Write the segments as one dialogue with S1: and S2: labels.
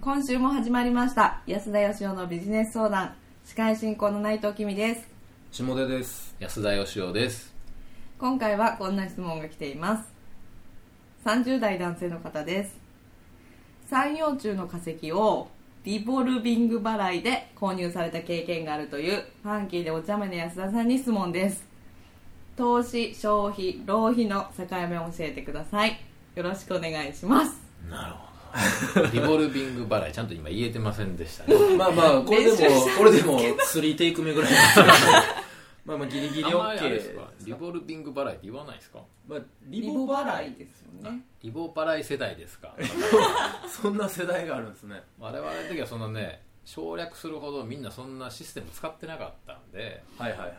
S1: 今週も始まりました安田義雄のビジネス相談司会進行の内藤君です
S2: 下手です
S3: 安田義雄です
S1: 今回はこんな質問が来ています30代男性の方です山陽虫の化石をリボルビング払いで購入された経験があるというファンキーでお茶目な安田さんに質問です投資消費浪費の境目を教えてくださいよろしくお願いします
S2: なるほ
S3: リボルビング払いちゃんと今言えてませんでしたね
S2: どま あまあこれで
S1: 練
S2: も
S1: 習した
S2: これでも3テイク目ぐらいです けどまあまあギリギリ
S3: あんまりあれです
S2: OK
S3: かリボルビング払いって言わないですか
S2: まあリボ払い
S1: ですよね
S3: リボ払い世代ですか
S2: そんな世代があるんですね
S3: 我々の時はそんなね省略するほどみんなそんなシステム使ってなかったんで
S2: はいはいはいはい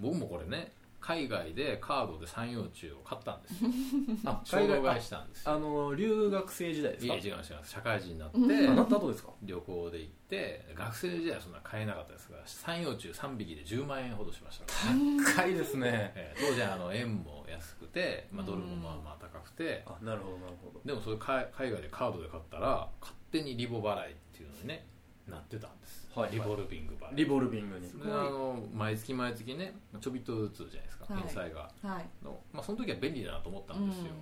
S3: 僕もこれね海外でカードで山陽虫を買ったんですよ
S2: あ
S3: 衝動買
S2: あ
S3: いしたんですよ
S2: あの留学生時代です
S3: い
S2: か
S3: や違う違う社会人になって
S2: あなった後ですか
S3: 旅行で行って学生時代はそんな買えなかったですが山陽虫3匹で10万円ほどしましたから
S2: 高いですね
S3: えー当時あの円も安くて、まあ、ドルもまあまあ高くて、
S2: あなるほどなるほど
S3: でもそれ海海外でカードで買ったら勝手にリボ払いっていうのにねなってたんで
S2: はい
S3: す、
S2: はい
S3: リボルビング払い
S2: リボルビングに
S3: であの毎月毎月ねちょびっとずつじゃないですか
S1: はい
S3: 返済が、
S1: はい
S3: のまあ、その時は便利だなと思ったんですよ、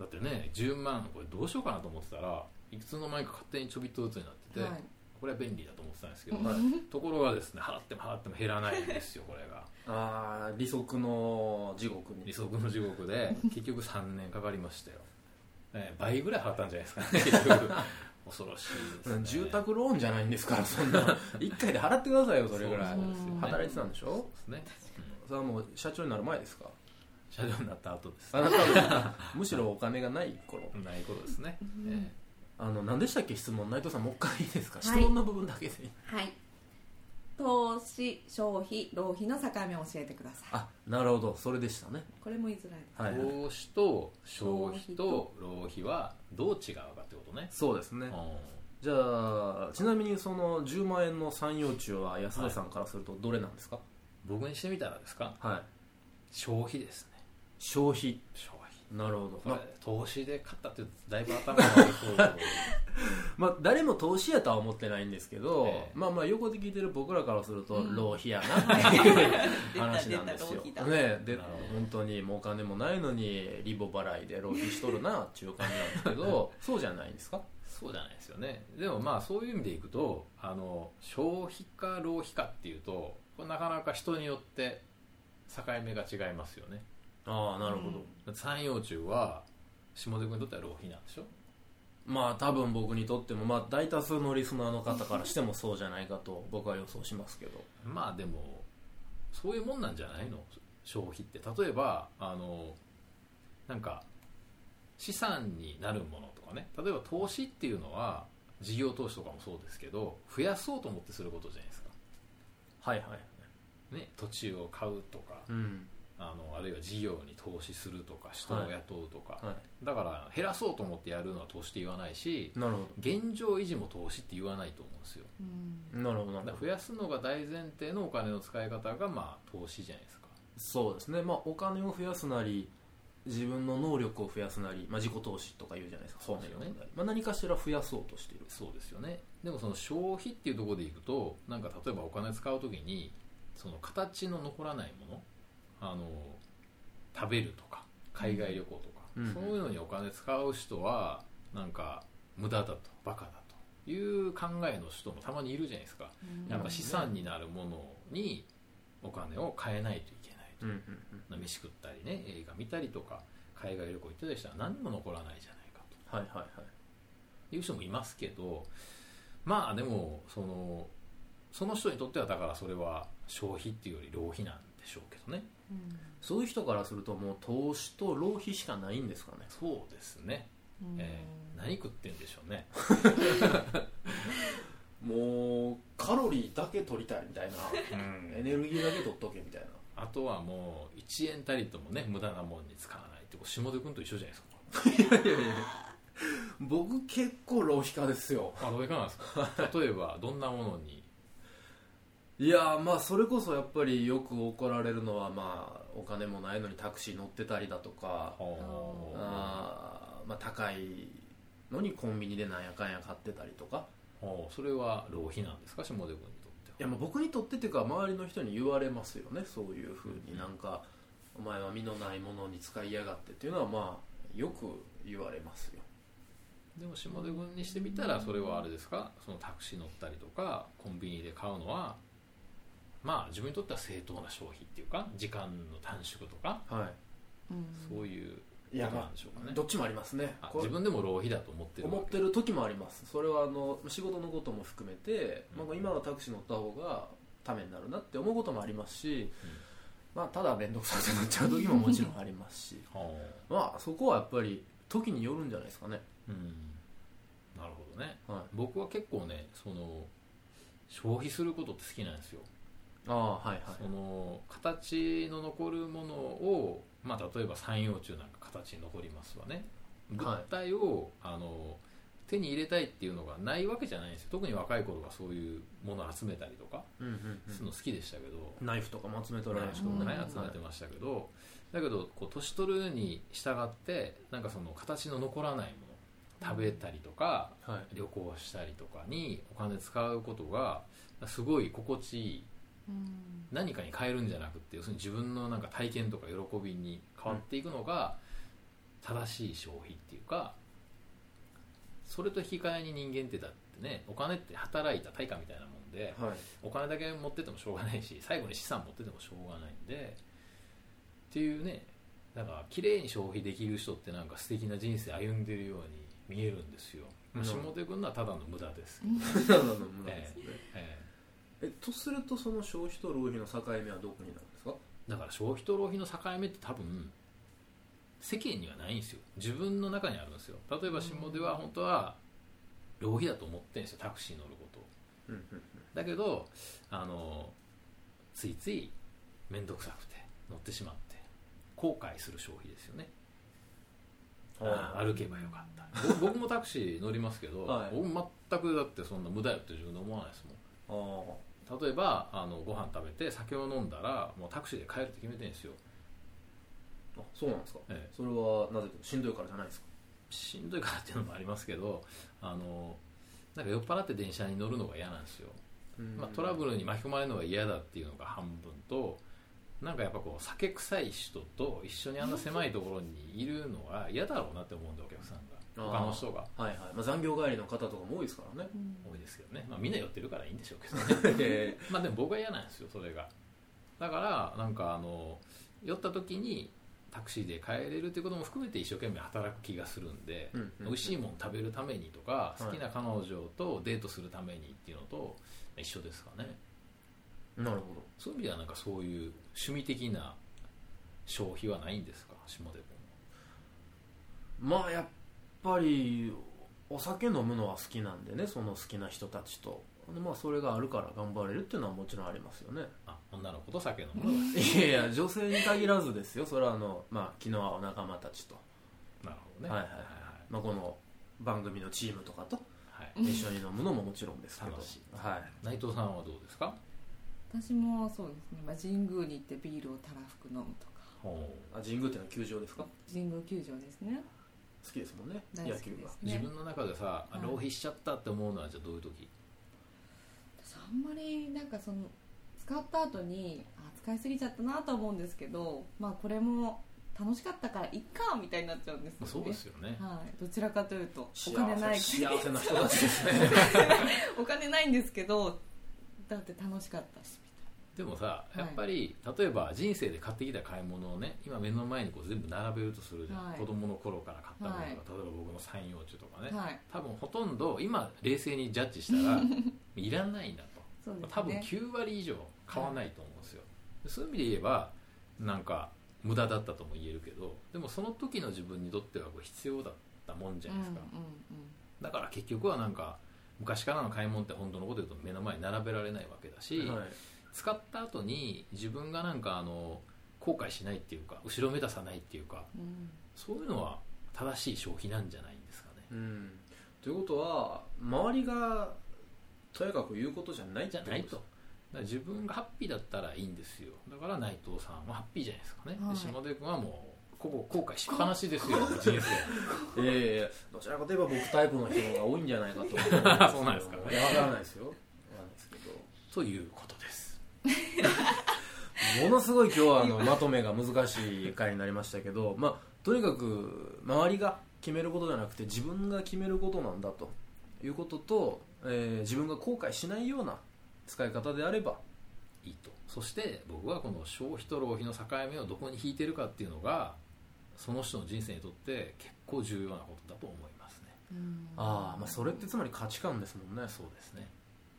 S3: だってね10万これどうしようかなと思ってたらいくつの間にか勝手にちょびっとずつになって
S1: うん
S3: て、
S1: はい
S3: これは便利だと思ってたんですけど、
S2: はい
S3: ところがですね払っても払っても減らないんですよこれが
S2: あー利息の地獄に
S3: 利息の地 獄で結局3年かかりましたよ、えー倍ぐらい払ったんじゃないです かね結局恐ろしいです、ね、
S2: 住宅ローンじゃないんですからそん な1回で払ってくださいよそれぐらい
S3: そうですよね
S2: 働いてたんでしょ
S3: そうですね、
S2: それはもう社長になる前ですか
S3: うん、車両になった後です
S2: あなたはむしろお金がない頃
S3: ないことですね、
S1: ん
S3: え
S2: あの何でしたっけ質問内藤さんもう一回いいです
S1: は
S2: か、
S1: い
S2: 質問の部分だけでいい
S1: はい投資消費浪費の境目を教えてください
S2: あなるほどそれでしたね
S1: これも言いづらい
S3: ー
S2: はい、
S3: 投資と消費と浪費はどう違うかってことね
S2: そうですね
S3: う
S2: じゃあちなみにその10万円の三葉虫は安田さんからするとどれなんですか
S3: ん僕にしてみたらですか
S2: はい、
S3: 消費ですね
S2: 消費
S3: 消費
S2: なるほど、
S3: これ
S2: ま
S3: 投資で買ったってだいぶ頭が悪そうだけど
S2: まあ、誰も投資やとは思ってないんですけど、
S3: ええ
S2: まあまあ横で聞いてる僕らからすると
S1: うん
S2: 浪費やな っていう話
S1: 出た
S2: なんですよ、
S1: 出
S2: ね
S1: た浪費だ
S2: え、で
S3: なるほど
S2: 本当にもうお金もないのにリボ払いで浪費しとるなっていう感じなんですけど そうじゃないですか
S3: そうじゃないですよねでもまあそういう意味でいくとあの消費か浪費かっていうとこれなかなか人によって境目が違いますよね
S2: ああなるほど、
S3: だって三葉虫は下出君にとっては浪費なんでしょ
S2: まあ多分僕にとっても、まあ、大多数のリスナーの方からしてもそうじゃないかと僕は予想しますけど
S3: まあでもそういうもんなんじゃないの消費って例えばあのなんか資産になるものとかね例えば投資っていうのは事業投資とかもそうですけど増やそうと思ってすることじゃないですか、
S2: はいはい
S3: ね、土地を買うとか
S2: うん
S3: あのあるいは事業に投資するとか人を雇うとか、
S2: は
S3: だから減らそうと思ってやるのは投資って言わないし
S2: いなるほ
S3: 現状維持も投資って言わないと思うんですよ
S1: うん
S2: どなるほどな
S3: だ
S2: るほ
S3: から増
S2: ど
S3: やすのが大前提のお金の使い方がまあ投資じゃないですか
S2: そうですねまあお金を増やすなり自分の能力を増やすなり、まあ、自己投資とか言うじゃないですか
S3: そうですよね
S2: 本名のまあ、何かしら増やそうとしている
S3: そうですよねでもその消費っていうところでいくとなんか例えばお金使う時にその形の残らないものあの食べるとか海外旅行とか、
S2: うん
S3: そういうのにお金使う人はなんか無駄だとバカだという考えの人もたまにいるじゃないですかやっぱ資産になるものにお金を変えないといけないと
S2: うんうんうん
S3: 飯食ったりね映画見たりとか海外旅行行ってたりしたら何にも残らないじゃないか
S2: はいはいはい
S3: という人もいますけどまあでもそのその人にとってはだからそれは消費っていうより浪費なんでしょうけどね
S2: そういう人からするともう投資と浪費しかないんですかね
S3: そうですね、
S1: うん
S3: えー何食ってんでしょうね
S2: もうカロリーだけ取りたいみ たいな
S3: うん
S2: ネルギーだけ取っとけみたいな
S3: あとはもう1円たりともね無駄なもんに使わないってこう下出君と一緒じゃないですか
S2: 僕結構浪費家ですよ
S3: あ浪費かなんです か例えばどんなものに
S2: いやーまあそれこそやっぱりよく怒られるのはまあお金もないのにタクシー乗ってたりだとか
S3: あー
S2: あー、まあ、高いのにコンビニでなんやかんや買ってたりとか
S3: おうそれは浪費なんですか下出君にとってはい
S2: やまあ僕にとってっていうか周りの人に言われますよねそういうふうになんか、お前は身のないものに使いやがってっていうのはまあよく言われますよ
S3: でも下出君にしてみたらそれはあれですかそのタクシー乗ったりとかコンビニで買うのはまあ自分にとっては正当な消費っていうか時間の短縮とか
S2: は
S3: そういう
S2: いや
S3: こと
S2: ま
S3: なんでしょうか
S2: あ
S3: ね
S2: どっちもありますね
S3: あ
S2: これ
S3: 自分でも浪費だと思ってるわけ
S2: 思ってる時もありますそれはあの仕事のことも含めて、
S3: うん
S2: まあ、今はタクシー乗った方がためになるなって思うこともありますし、
S3: うん
S2: まあ、ただ面倒くさくなっちゃう時ももちろんありますし
S3: おう
S2: まあそこはやっぱり時によるんじゃないですかね、
S3: うんなるほどね
S2: はい、
S3: 僕は結構ねその消費することって好きなんですよ
S2: ああはいはい
S3: その形の残るものを、まあ、例えば三葉虫なんか形に残りますわね物体を、あの手に入れたいっていうのがないわけじゃないんですよ特に若い頃はそういうものを集めたりとか
S2: うんうん
S3: するの好きでしたけど、
S2: ナイフとかも集めとられ
S3: ラ
S2: るし
S3: ジコンでね
S1: うん
S3: 集めてましたけどだけどこう年取るに従ってなんかその形の残らないもの食べたりとか
S2: はい
S3: 旅行したりとかにお金使うことがすごい心地いい
S1: うん
S3: 何かに変えるんじゃなくて要するに自分のなんか体験とか喜びに変わっていくのが正しい消費っていうかそれと引き換えに人間ってだってねお金って働いた対価みたいなもんで
S2: はい
S3: お金だけ持っててもしょうがないし最後に資産持っててもしょうがないんでっていうねなんか綺麗に消費できる人ってなんか素敵な人生歩んでるように見えるんですよ
S2: うん
S3: 下手君のはただの無駄です、
S2: なるほどなるほど
S3: え
S2: えとするとその消費と浪費の境目はどこになるんですか
S3: えだから消費と浪費の境目って多分世間にはないんですよ自分の中にあるんですよ例えば下手は本当は浪費だと思ってんですよタクシー乗ることを
S2: うんうん
S3: だけどあのついつい面倒くさくて乗ってしまって後悔する消費ですよねあー歩けばよかった 僕僕もタクシー乗りますけど、
S2: はい
S3: 僕全くだってそんな無駄よって自分で思わないですも
S2: あ
S3: ん
S2: ー
S3: 例えばあのご飯食べて酒を飲んだらもうタクシーで帰るって決めてるんですよ、
S2: あそうなんですか
S3: ええ
S2: それはなぜかしんどいからじゃないですか
S3: しんどいからっていうのもありますけどあのなんか酔っ払って電車に乗るのが嫌なんですよまあ、トラブルに巻き込まれるのが嫌だっていうのが半分となんかやっぱこう酒臭い人と一緒にあんな狭いところにいるのは嫌だろうなって思うんでお客さん
S2: あー
S3: が他の人が
S2: はいはい、まあ、残業帰りの方とかも多いですからね
S3: 多いですけどね、まあ、みんな寄ってるからいいんでしょうけどね
S2: え
S3: まあでも僕は嫌なんですよそれがだからなんかあの酔った時にタクシーで帰れるってことも含めて一生懸命働く気がするんで、
S2: えうんうん
S3: 美味しいもん食べるためにとか
S2: い
S3: 好きな彼女とデートするためにっていうのと一緒ですかね、
S2: なるほど
S3: そういう意味ではなんかそういう趣味的な消費はないんですか下出君
S2: まあやっぱりお酒飲むのは好きなんでねその好きな人たちとでまあそれがあるから頑張れるっていうのはもちろんありますよね
S3: あ女の子と酒飲むのが
S2: いやいや女性に限らずですよそれはあの、まあ、昨日はお仲間たちと、
S3: なるほどね
S2: はいはい
S3: は
S2: はい、まあ、この番組のチームとかと
S3: いはい
S2: 一緒に飲むのももちろんですけど
S3: 楽しい
S2: はい
S3: 内藤さんはどうですか
S1: 私もそうですね、まあ、神宮に行ってビールをたらふく飲むとか
S3: ほう
S2: あ神宮ってのは球場ですか好
S1: 神宮球場ですね
S2: きですもんね
S1: 大好き
S2: 野球
S1: で
S2: が
S1: す
S3: 自
S1: ね
S3: 分の中でさ、あ
S1: はい
S3: 浪費しちゃったって思うのはじゃあどういう時
S1: 私あんまりなんかその使った後にあ使いすぎちゃったなと思うんですけどまあこれも楽しかったからいっかみたいになっちゃうんですよ
S3: まあ
S1: ね
S3: そうですよね
S1: はい、どちらかというとお
S2: 幸
S1: 金ない
S2: せ幸せな人たちですね
S1: お金ないんですけどだって楽しかったし
S3: でもさ
S1: い
S3: やっぱり、例えば人生で買ってきた買い物をね今目の前にこう全部並べるとするじゃん、
S1: はい
S3: 子供の頃から買ったものとか、
S1: はい
S3: 例えば僕の三葉虫とかね、
S1: はい
S3: 多分ほとんど今冷静にジャッジした らいらないんだと
S1: そうですね
S3: 多分9割以上買わないと思うんですよ、そういう意味で言えばなんか無駄だったとも言えるけどでもその時の自分にとってはこう必要だったもんじゃないですか、
S1: うんうんうん
S3: だから結局はなんか昔からの買い物って本当のこと言うと目の前に並べられないわけだし、
S2: はい
S3: 使った後に自分がなんかあの後悔しないっていうか後ろめたさないっていうか
S1: うん
S3: そういうのは正しい消費なんじゃないんですかね
S2: うんということは周りがとやかく言うことじゃないって
S3: じゃ
S2: こ
S3: ないとだから自分がハッピーだったらいいんですよだから内藤さんはハッピーじゃないですかね、
S1: はい
S3: で下出君はもうここ後悔しっぱなしですよ人
S2: ええどちらかといえば僕タイプの人が多いんじゃないかと思うん けど
S3: そうなんですか
S2: いやわからないですよわからないですけど
S3: 生 ということです
S2: ものすごい今日はあのまとめが難しい回になりましたけど、 まあ、とにかく周りが決めることじゃなくて自分が決めることなんだということと、えー自分が後悔しないような使い方であれば
S3: いいとそして僕はこの消費と浪費の境目をどこに引いてるかっていうのがその人の人生にとって結構重要なことだと思いますね
S2: ああ、まあ、それってつまり価値観ですもんね
S3: そうですね、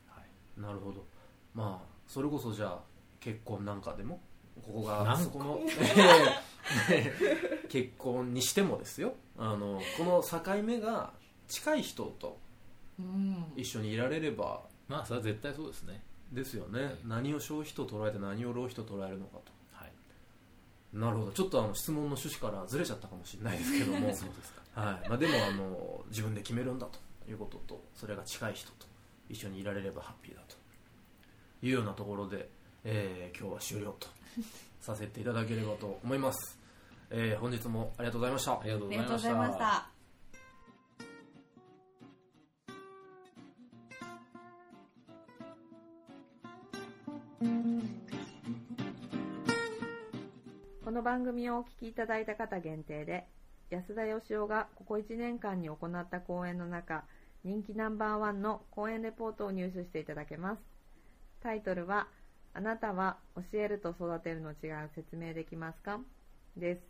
S3: はい、
S2: なるほどまあそれこそじゃあ結婚なんかでもここ
S3: な
S2: が
S3: んか
S2: そこ の結婚にしてもですよあのこの境目が近い人と
S1: うん
S2: 一緒にいられれば
S3: まあそれは絶対そうですね
S2: ですよね何を消費と捉えて何を浪費と捉えるのかと
S3: はい
S2: なるほどちょっとあの質問の趣旨からずれちゃったかもしれないですけども
S3: そうですか
S2: はいまあ、でもあの自分で決めるんだということとそれが近い人と一緒にいられればハッピーだというようなところで、えー今日は終了 とさせていただければと思います、えー本日もありがとうございました
S3: ありがとう
S1: あ
S3: ご
S1: りがとう
S3: ざいま
S1: ご
S3: し
S1: ざいましたたこの番組をお聞きいただいた方限定で安田義雄がここ1年間に行った講演の中人気ナンバーワンの講演レポートを入手していただけますタイトルは「あなたは教えると育てるの違いを説明できますか?」です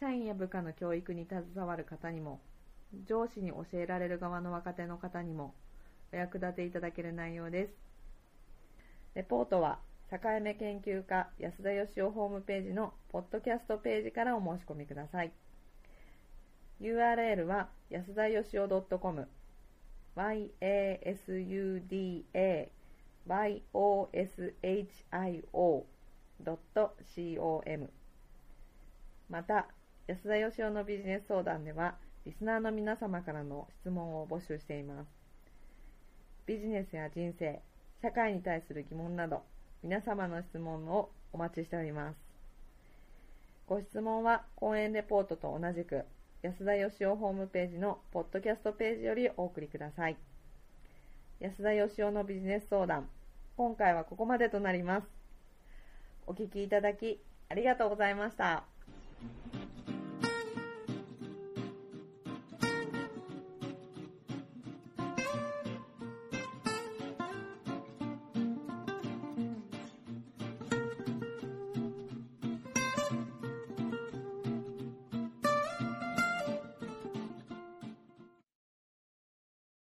S1: 社員や部下の教育に携わる方にも上司に教えられる側の若手の方にもお役立ていただける内容ですレポートは境目研究家安田義雄ホームページのポッドキャストページからお申し込みください URL は安田義雄 .com yasudayoshio.com また安田義雄のビジネス相談ではリスナーの皆様からの質問を募集していますビジネスや人生社会に対する疑問など皆様の質問をお待ちしておりますご質問は講演レポートと同じく安田義雄ホームページのポッドキャストページよりお送りください安田義雄のビジネス相談今回はここまでとなりますお聞きいただきありがとうございました。